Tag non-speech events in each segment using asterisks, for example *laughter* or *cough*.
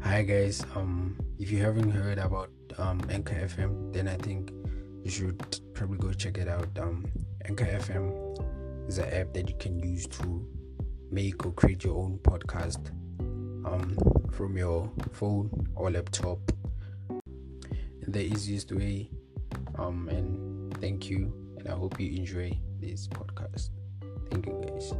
Hi guys, um, if you haven't heard about um Anchor FM, then I think you should probably go check it out. Um, Anchor FM is an app that you can use to make or create your own podcast um from your phone or laptop. The easiest way. Um, and thank you, and I hope you enjoy this podcast. Thank you guys.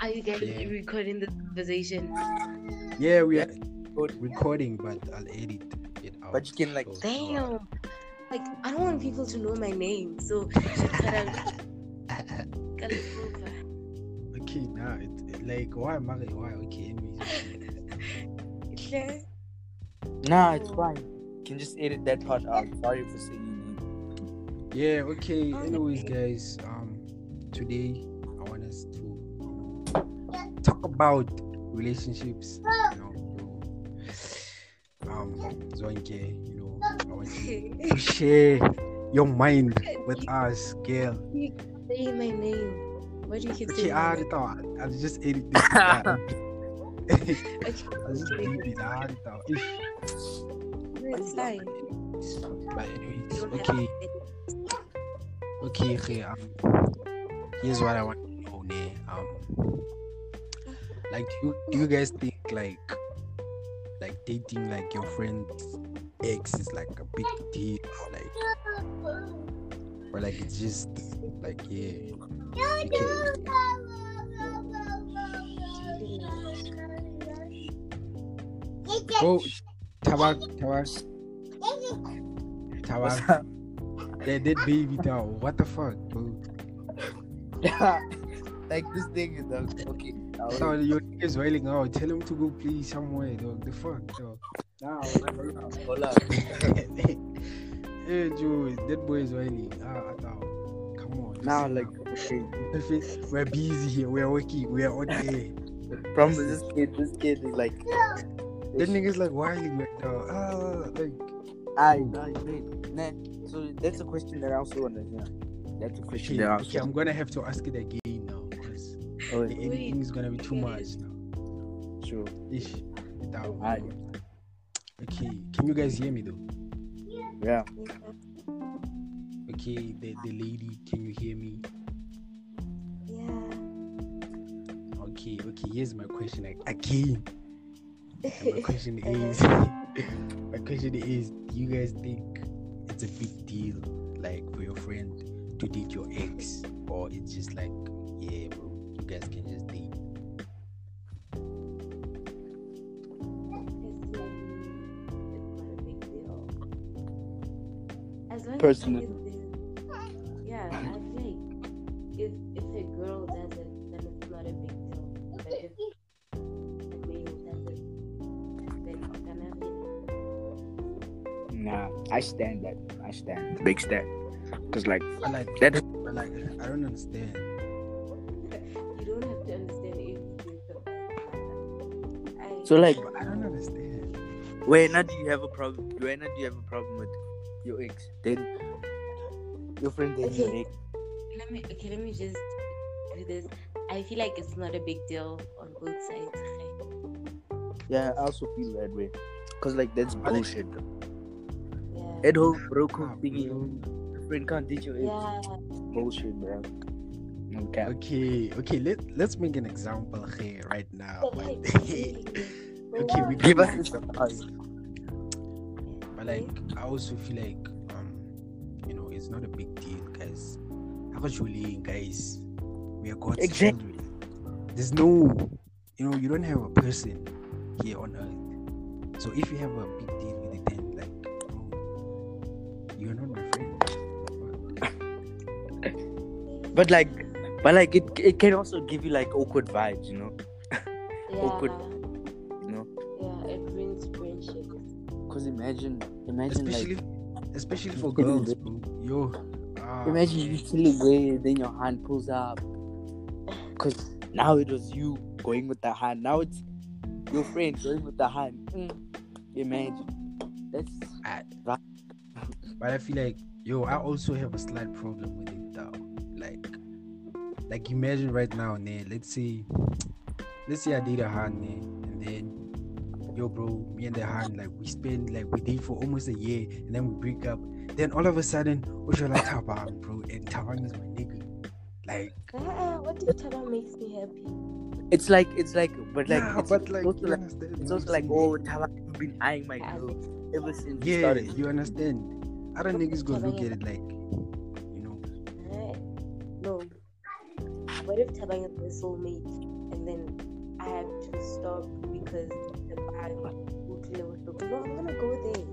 Are you guys Yeah. recording the conversation? Yeah, we are recording, but I'll edit it out. But you can, like, Damn. Like I don't want people to know my name, so *laughs* just gotta- *laughs* gotta cover. Okay, now it, it- like why am I why okay anyways. *laughs* Okay. Nah, it's fine. You can just edit that part out. Sorry for saying Yeah, okay. Oh, Anyways okay. guys, um today I want us to talk about relationships. You know, you- um Zonke, you know, I want you to share your mind with us, girl. Say my name. Why do you keep Okay, I saying my name? already thought I'll just edit this. *laughs* out. I'll just Okay. leave it. I already thought. Ish, No, It's fine. But anyways, You don't have okay. to- Okay, okay. Um, here's what I want to know, ne? Um, like, do you, do you guys think like, like dating like your friend's ex is like a big deal, or, like, or like it's just like yeah, you can- oh, tabak, tabak, What's tabak, up? that, that baby now. What the fuck, bro? *laughs* like this thing is um, okay. I'll- So your nigga's wailing out. Tell him to go play somewhere, dog. The fuck, dog. *laughs* Nah, Hold up. hey, Joe, that boy is whining. Ah, Atao, come on. Now, listen like, up. okay. If it- we're busy here. We're working. We're on air. Promise this kid, this kid is like. That nigga's like whining right now. Ah, like I, I, wait, nah. So that's a question that I also want to hear. That's a question okay, that I okay, also I'm gonna have to ask it again now. Cause want the to editing is gonna be too much Wait. now. Sure. Ish, Atao. Aye. Okay, can you guys hear me though? Yeah. Okay, the, the lady, can you hear me? Yeah. Okay, okay. Here's my question ag- again. And my question is *laughs* my question is do you guys think it's a big deal like for your friend to date your ex or it's just like yeah bro you guys can just date As long Personally. As it is- yeah, I think if if a girl does it, then it's not a big deal. But if a male does it, then it's gonna be Nah, I stand that. I stand. Big stand. Because, like, but like That- but like I don't understand you don't have to understand everything. about it. I so, like, but I don't understand Where now do you have a problem? Where now do you have a problem with your ex? Then your friend then your Okay. ex. let me okay, let me just do this. I feel like it's not a big deal on both sides. right? Yeah, I also feel that way. Cause like that's But it's- bullshit. Yeah. At home, bro, Ah, thingy. bro. Your friend can't date your ex. Yeah. Bullshit, bro. Okay. okay okay let let's make an example here right now but, *laughs* *laughs* okay we Give can us make this. some- But like, I also feel like, um, you know, it's not a big deal, guys. Actually, guys, we are God's Exact- children. There's no, you know, you don't have a person here on earth. So if you have a big deal with it, then like, bro, you're not my friend. But like, but like it, it can also give you like awkward vibes, you know, yeah, awkward. Oh, you know. yeah, it ruins friendship. Cause imagine, imagine Especially, like, especially you for kidding, girls, bro. Yo, ah, imagine you chilling way, then your hand pulls up. Cause now it was you. going with the hand. Now it's your friend going with the hand. Mm. Imagine. That's But I feel like yo, I also have a slight problem with it though. Like, like imagine right now, ne, let's say, let's say I did a hand, ne, and then yo, bro, me and the hand, like we spend like we did for almost a year, and then we break up. Then all of a sudden, oh, Ushala Tabang, bro, and Tabang is my nigga. Like, Ah, what if Tara makes me happy? it's like it's like but like nah, it's, but like, also you like understand it's what also I'm like saying? oh Tawak, you've been eyeing my girl Alex, ever since we yeah, *laughs* started. you understand. Other niggas gonna look at Tabang is- it like, you know, eh, no. What if Tabang is my soulmate and then I have to stop because the guy who clear with the No, I'm gonna go there.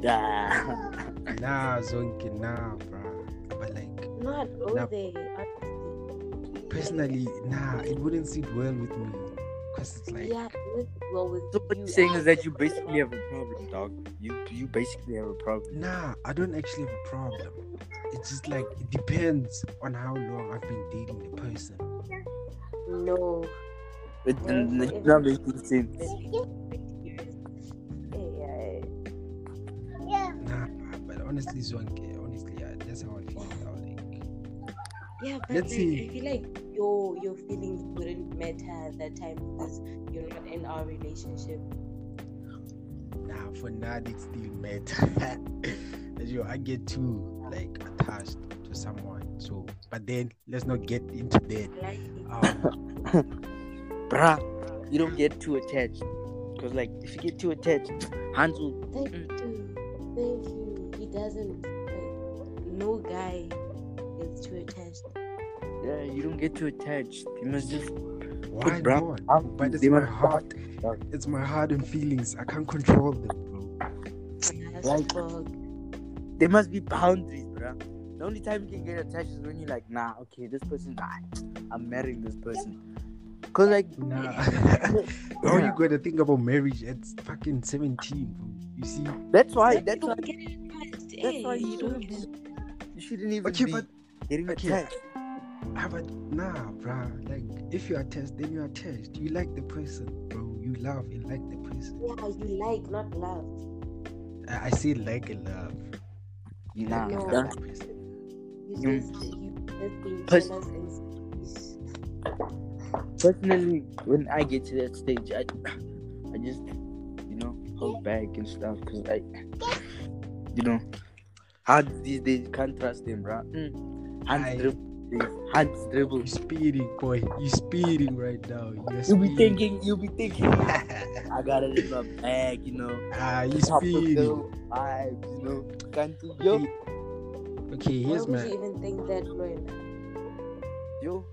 Yeah. nah, zonke, nah, bro. But like. Not go Nah. there, honestly. personally nah it wouldn't sit well with me because it's like yeah, let's go with So what you you're saying is that as you a basically have a problem, dog. You you basically have a problem. nah i don't actually have a problem it's just like it depends on how long i've been dating the person No. It, Yeah, n- so it's if- not making sense. Yeah, nah but honestly zonke honestly yeah, that's how i feel now like yeah, but Let's like, see. I feel like your your feelings wouldn't matter at that time because you're not in our relationship. nah for now it still matter *laughs* yo i get too like attached to someone so but then let's not get into that Like, um Bruh, you don't get too attached. Because, like, if you get too attached, Hans will. thank you, thank you. He doesn't. Like, no guy is too attached. Yeah, you don't get too attached. You must just. why bra- not But but it's my heart it's my heart and feelings i can't control them bro That's Like- fuck. There must be boundaries, bruh. The only time you can get attached is when you're like, nah, okay, this person, nah, I'm marrying this person. Because, like, *laughs* Nah. Yeah. How you going to think about marriage at fucking 17, bro? You see? that's why, Like, that's you why, don't get attached, that's why eh, you don't get- you shouldn't even Okay, be but getting okay. attached. how about nah, bruh? Like, if you're attached, then you're attached. You like the person, bro. You love and like the person. Yeah, you like, not love. I, I say like and love. You Nah, like and No. love the person. You Mm. just, you just being Pers- jealous and selfish. personally when i get to that stage i i just you know hold back and stuff because i you know hands these days you can't trust them right mm. hands I- dribble hands dribble You speeding, boy. You speeding right now. You're you'll be speeding. thinking you'll be thinking i got it in my bag you *laughs* know ah, you Top of speeding. the vibes, you know can't do yo Okay. okay, Why here's would my. you even think that, Lorena? yo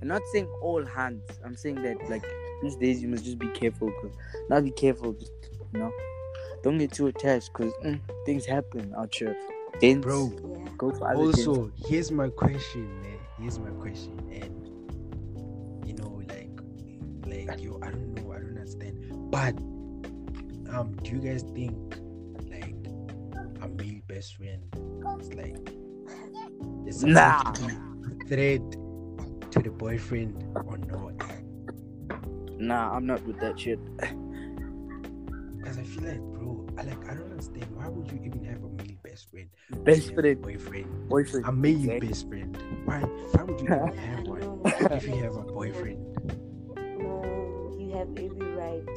i'm not saying all hands i'm saying that like these days you must just be careful because not be careful just you know don't get too attached because things happen out here then Bro, Yeah. go for other things. also here's my question man. here's my question and you know like like yo i don't know i don't understand but um do you guys think like a male best friend is like is supposed Nah. to be a threat to the boyfriend or not nah i'm not with that shit because i feel like bro i like i don't understand why would you even have a male best friend when you best have a friend boyfriend boyfriend a male Exactly. best friend why why would you *laughs* even Yeah, I have one know. *laughs* if you have a boyfriend No, you have every right.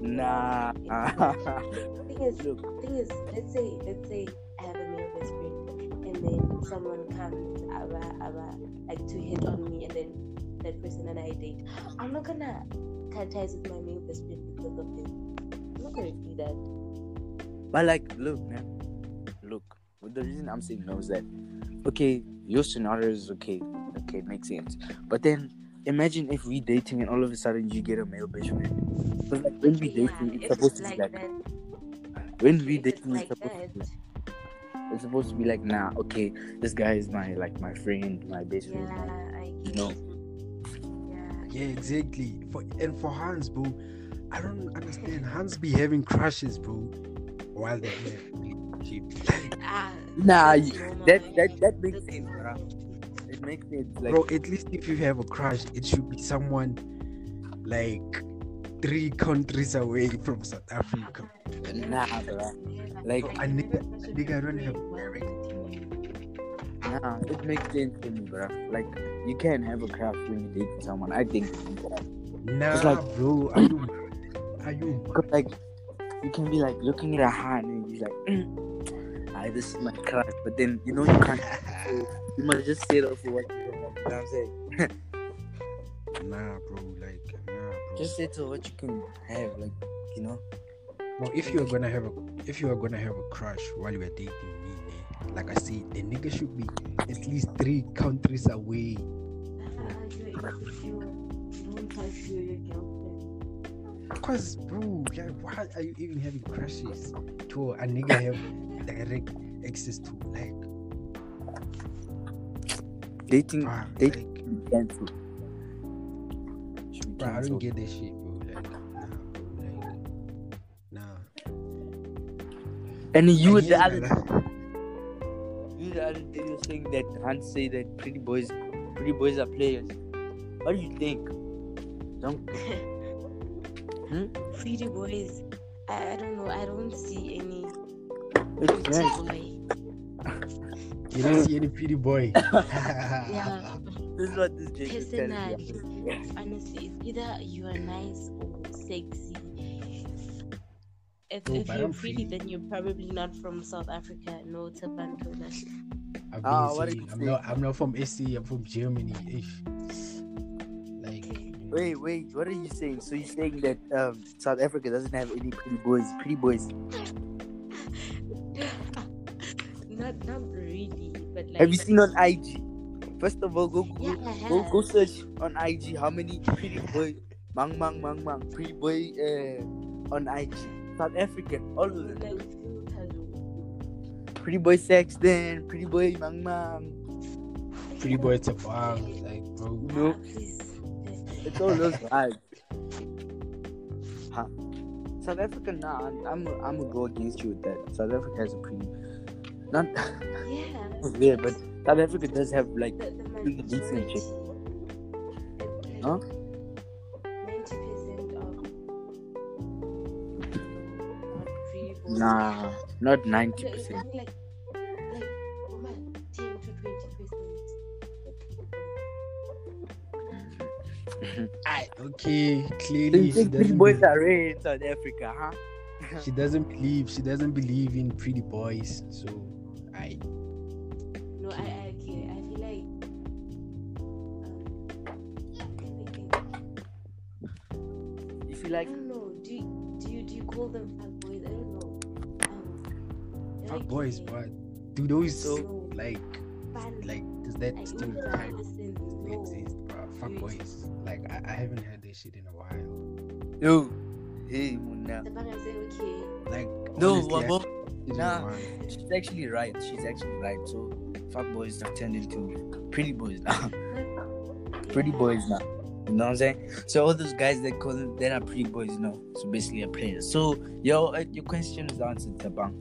nah *laughs* Thing is, Look. thing is, let's say, let's say I have a male best friend, and then someone comes, aba, aba, like to hit on me, and then that person and I date. I'm not gonna cut ties with my male best friend because of him. I'm not gonna do that. but like look man look the reason i'm saying no is that okay your scenario is okay okay it makes sense but then imagine if we dating and all of a sudden you get a male best friend because like when we Yeah, dating it's if supposed to be like like that, when we if it's dating like it's supposed to be that, it's supposed to be like nah okay this guy is my like my friend my best yeah, friend I you know yeah. Yeah, exactly. For and for Hans, bro, I don't understand. Hans be having crashes, bro, while they have a relationship. Ah, nah that's you- normal. that that that makes That's sense normal. bruh. It makes it like bro. At least if you have a crush, it should be someone like three countries away from South Africa. nah, bruh. Like- A nigga- a nigga don't have merit. Nah, it makes sense to me, bro. Like you can't have a crush when you date someone. I think Nah, like- bro. Are you? Are you? because like you can be like looking at a hand and be like, mm, ah, this is my crush. But then you know you *laughs* can't. so you must just say it for what you can. You know what I'm saying? Nah, bro. Like, nah, bro. Just say to what you can have, like you know. Well, if you're gonna have a if you are gonna have a crush while you're dating me, eh, like I said, the nigga should be at least three countries away. Cause bro, like why are you even having crushes to a nigga have direct access to? Like, Dating, ah, dating, like, should be cancelled. Should be bro, I don't cancelled. get that shit, bro. Like, nah, bro, like, nah. And And you the here's other, my la- you the other day you're saying that can't say that pretty boys, pretty boys are players. What do you think? Don't Pretty boys. I, I don't know. I don't see any it's pretty nice. boy. You Mm. don't see any pretty *laughs* boy. Ah, Yeah. This is what this Jake is telling Personality. you. Honestly, it's either you are nice or sexy. If, No, if but you're I'm pretty, pretty. then you're probably not from South Africa. No, Tabanto. I've been Ah, saying, what did you I'm say? not I'm not from SC, I'm from Germany. ish. Like Wait, wait, what are you saying? So you're saying that um, South Africa doesn't have any pretty boys? Pretty boys? not not really, but like. Have you seen on IG? First of all, go Yeah, go, I go, have. go search on IG how many pretty boy, mang mang mang mang pretty boy uh, on IG. South African, all of them. Like, who has- Pretty boy Sexton, pretty boy Mang Mang. pretty boy to farm, like bro. You know, Ah, please. it's all those vibes. Huh? South Africa, nah, I'm, I'm, I'm gonna go against you with that. South Africa has a pretty, not Yeah. there, but South Africa does have like The, the Pretty decent majority. Like, chick. Huh? 90% of. Not pretty boys. nah, not So ninety it's percent. only like like what 10 to 20 percent I, okay, Do clearly you she think pretty doesn't, boys be- are rare in South Africa, huh? she doesn't believe she doesn't believe in pretty boys. So I no i i okay i feel like um, If I you like, don't know. Do you, do you do you call them fat boys? I don't know. Um, I fuck like boys, the- but do those So- like fun- like does I that don't still know, I listen, no. exist? Bro? Fuck Dude. boys. Like I, I haven't heard this shit in a while. yo, hey, Muna. The bangers say okay. Like No, honestly, I Wabo, haven't heard this in a nah. while. she's actually right. She's actually right. So, fat boys are turned into pretty boys now. *laughs* pretty Yeah. boys now. You know what I'm saying? So all those guys that call them, they are pretty boys now. So basically, a player. So yo, uh, your question is answered, Tabang.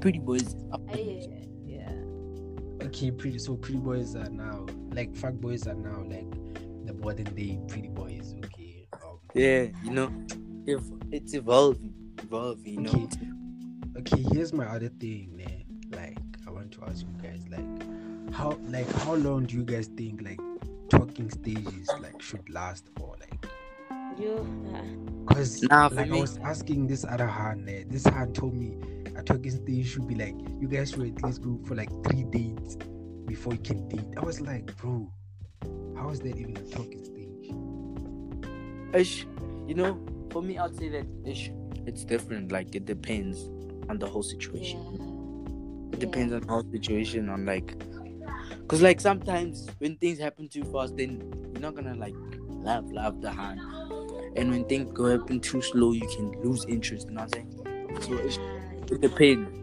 Pretty boys. are I, uh, pretty boys. yeah. Okay, pretty so pretty boys are now like fuck boys are now like the modern day pretty boys. Okay, um, Yeah, you know, if it's evolving, evolving. You know, Okay. Okay, here's my other thing, man. Like, I want to ask you guys, like, how, like, how long do you guys think, like, talking stages, like, should last for, like, You. Uh, cause, Nah, for like, I me- was asking this other hand, eh, this hand told me a talking stage should be like, you guys should at least go for like three dates before you can date. I was like, bro, how is that even a talking stage? ish. You know, for me, I'd say that ish. It's different. Like it depends on the whole situation. It depends on how situation on like, cause like sometimes when things happen too fast, then you're not gonna like love love the hand, and when things go happen too slow, you can lose interest. You know what I'm saying? So it, it depends.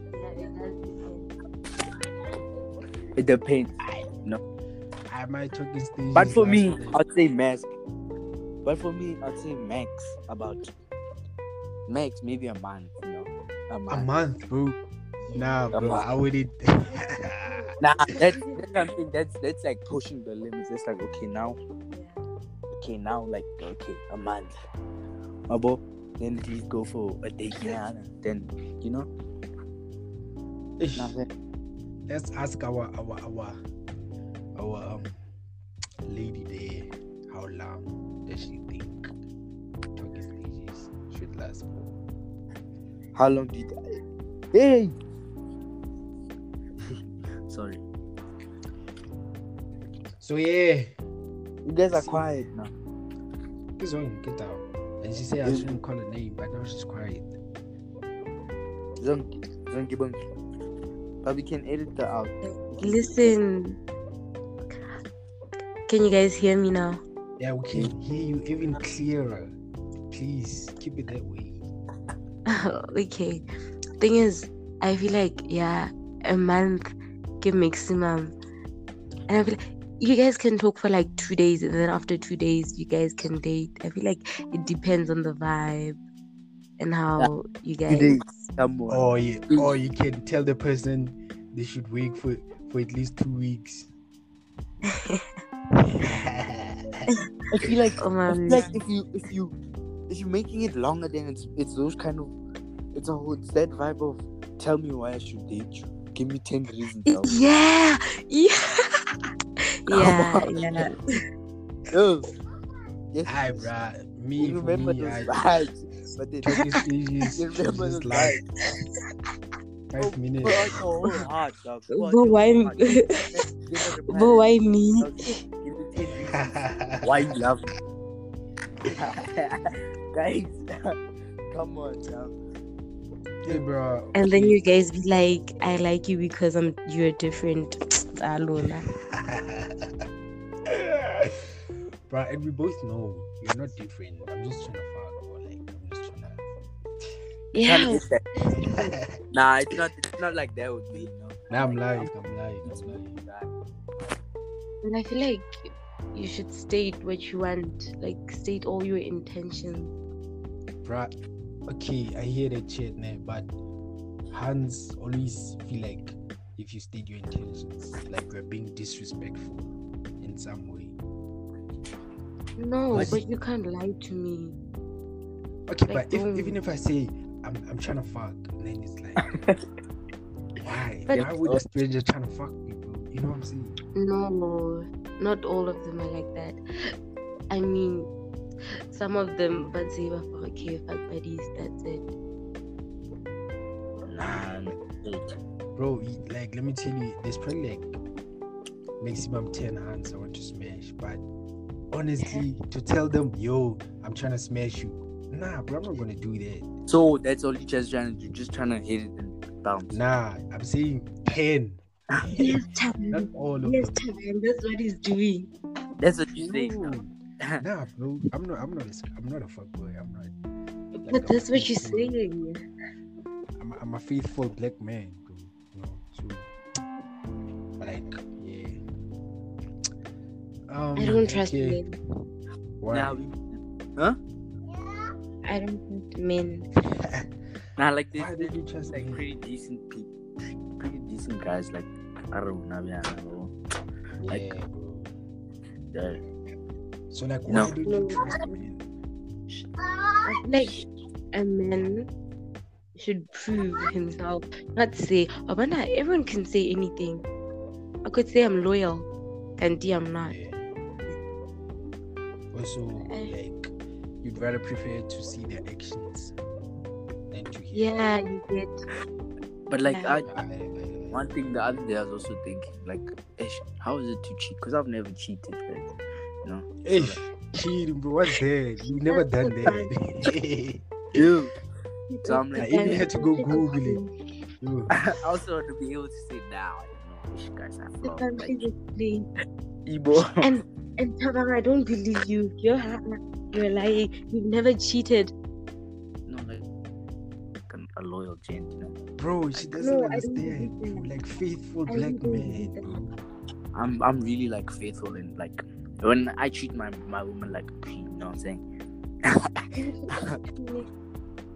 It depends. I my talking stage. But for me, I'd say max. But for me, I'd say max about max maybe a month. You know, a a month. month, bro. Nah, A bro, month. I wouldn't. Nah, that's, that's what I'm saying. That's that's like pushing the limits. It's like okay now, okay now, like okay a month, abo. Then please go for a *laughs* date yeah, and Then you know, nah, then- *laughs* Let's ask our our our our um, lady there how long does she think talking stages should last for? how long did? Hey. *laughs* Sorry, So yeah, you guys are quiet now. this one get out. And she said I Yeah. shouldn't call her name, but now she's quiet. Zonky, zonky bonky. But we can edit that out. Listen. Can you guys hear me now? *laughs* Yeah, we can hear you even clearer. Please keep it that way. okay. Thing is, I feel like yeah, a month ke maximum. And I feel like you guys can talk for like two days and then after two days you guys can date. I feel like it depends on the vibe and how you Two guys days, someone. Or you, Mm. or you can tell the person they should wait for for at least two weeks. *laughs* I feel like Oh my I feel like if you if you if you're making it longer then it's it's those kind of it's a whole it's that vibe of tell me why I should date you. Give me ten reasons. Now. Yeah. *laughs* Yeah. yeah, on. yeah. Yo. "Oh." Yes. Hi, yes. bruh. Me, You for remember me, *laughs* those I *laughs* vibes. But then talking stages you should remember Oh, those just last vibes. five Pour out minutes. your whole heart, dog. Pour *laughs* But out your why- whole heart. Give her the *laughs* But plan. why me? Dog, Give me 10 *laughs* reasons. why you love me. *laughs* Guys, *laughs* come on now. hey, bro. And then you guys be like, I like you because I'm you're different. ah, *laughs* Alona. bro, and we both know you're not different. I'm just trying to fuck, or like, I'm just trying Trying to Yeah. get that. to. Nah, it's not it's not like that with me. No. Nah, I'm lying. I'm lying. I'm lying. And I feel like you should state what you want, like state all your intentions. Bruh, okay, I hear that shit, man, but hands always feel like if you state your intentions, like you're being disrespectful in some way. No, Like- but you can't lie to me. Okay, Like, but if, don't- even if I say I'm, I'm trying to fuck, and then it's like, *laughs* why? But- why would a stranger trying to fuck me, bro? You know what I'm saying? No, not all of them are like that. I mean, some of them, but they were for okay, fuck buddies, that's it. Nah, Bro, y- like, let me tell you, there's probably like maximum 10 hands I want to smash, but honestly, to tell them, yo, I'm trying to smash you, nah, bro, I'm not gonna do that. So that's all you just trying to do, just trying to hit it and bounce. Nah, I'm saying 10. Yes, Not time. all of Yes, them. time. That's what he's doing. That's what you say. *laughs* No. now. Nah, bro. I'm not I'm not a, sc- I'm not a fuckboy. I'm not. But that's what you're saying. I'm a, I'm a faithful black man, bro. You know, so like yeah. Um, I don't trust okay. men. Why? Nah, we, I don't trust men. nah, like this, Why did you trust like me? pretty decent people, pretty decent guys. Like I don't know, yeah, I don't know. like- yeah, bro. Yeah. So like, No. why don't you trust me? I feel like a man should prove himself, not say, Abana, everyone can say anything. I could say I'm loyal, and D, I'm not. Yeah. Also, like, you'd rather prefer to see their actions than to hear. Yeah, you get. But like Yeah. I, I- I- one thing the other day I was also thinking, like, ish, how is it to cheat? Because I've never cheated. Right? Hey, cheating, bro. What's that? You've never done that. Ew. So I'm I like, even had to go Google it. *laughs* Yo, *laughs* I also want to be able to say now. I don't know, ish, guys, I The feel country like was playing. Igbo. And and Tabang, I don't believe you. You're ha- you're lying. You've never cheated. no, like, an- a loyal gent, you know. bro, she doesn't No, I don't understand. believe You're like faithful I black don't man. believe that. bro. I'm I'm really like faithful and like when I treat my my woman like *sniffs* a queen, you know what I'm saying?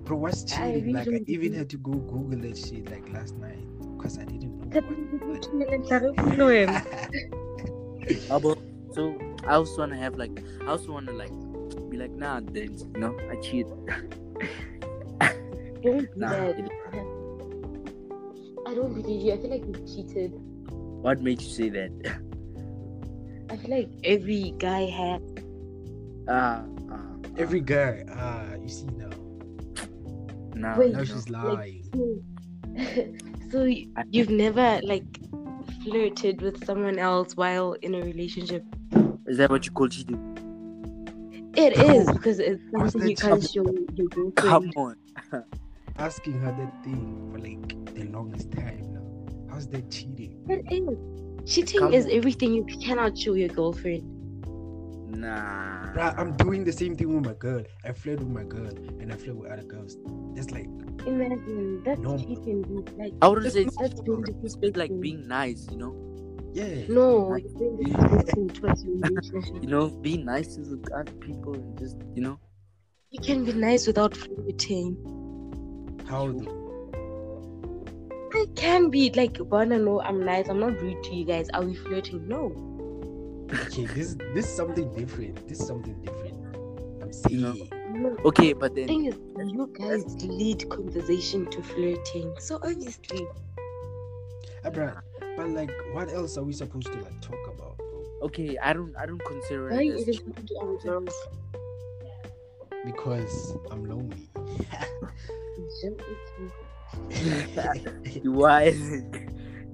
Bro, what's I cheating? *laughs* really Like, I don't even believe- had to go Google that shit like last night. because I didn't know That- what. Clarify him. Abo. So I also wanna have like I also wanna like be like nah then you know I cheat. Don't do Nah. that. it- I don't believe you. I feel like you cheated. What made you say that? *laughs* I feel like every guy has. Ah, uh, Every guy, ah, you see now. ah, nah. Wait. Now no. she's lying. So, *laughs* so y- I- you've never like flirted with someone else while in a relationship. Is that what you call cheating? It is because it's What's something you that can't show your girlfriend. Come on. Asking her that thing for like the longest time now. How's that cheating? It is. Cheating Come is on. everything you cannot show your girlfriend. Nah. Bruh, I'm doing the same thing with my girl. I flirt with my girl and I flirt with other girls. That's like Imagine that's No. cheating. dude. Like I wouldn't It's say not it's that's being just like disrespectful. being nice, you know. yeah. No, it's being disrespectful towards your relationship. You know, be nice to the other people and just you know. *laughs* You can be nice without flirting. How though? I can be like, wanna know I'm nice. I'm not rude to you guys. Are we flirting? No. Okay, this this is something different. This is something different. I'm saying. No. No. Okay, but The then thing is, you guys lead conversation to flirting. So obviously, Ah, bruh, but like, what else are we supposed to like talk about, bro? okay, I don't I don't consider why it is as it *laughs* cheating. happening to other girls? Because I'm lonely. It's just- it's- You wild.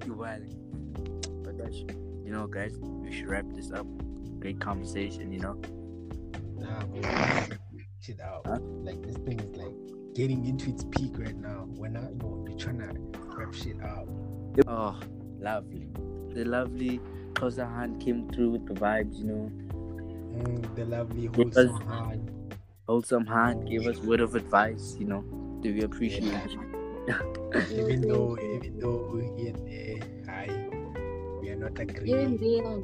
you wild. But that's you know guys, we should wrap this up. Great conversation, you know. Nah, bro. Shit out. Huh? Like this thing is like getting into its peak right now. We're not, you know, we're trying to wrap shit up. Oh, lovely. The lovely Kosa Han came through with the vibes, you know. Mm, the lovely Because- wholesome hand. Wholesome Han gave us word of advice, you know. Do we appreciate Yeah. it? Even though, even though here and there, I, we are not Even agreeing. then, Even mm, though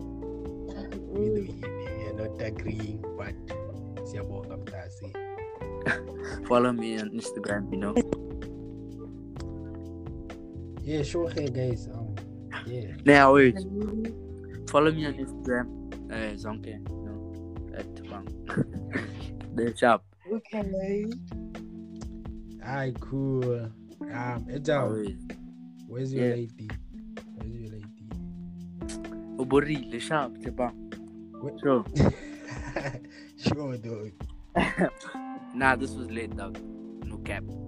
here and there, we are not agreeing, but siyabonga mtasi. Follow me on Instagram, you know. Yeah, sure, hey guys. Um, yeah. Now wait. mm, Follow me on Instagram. Uh, Zonke. No. At Bang. *laughs* the shop. okay. Alright, cool. Um, Edam, Always. where's your Yeah. lady? Where's your lady? *laughs* Obori. The shop. The Bang. Wait. Sure. sure, dog. Nah, this was late, dog. No cap.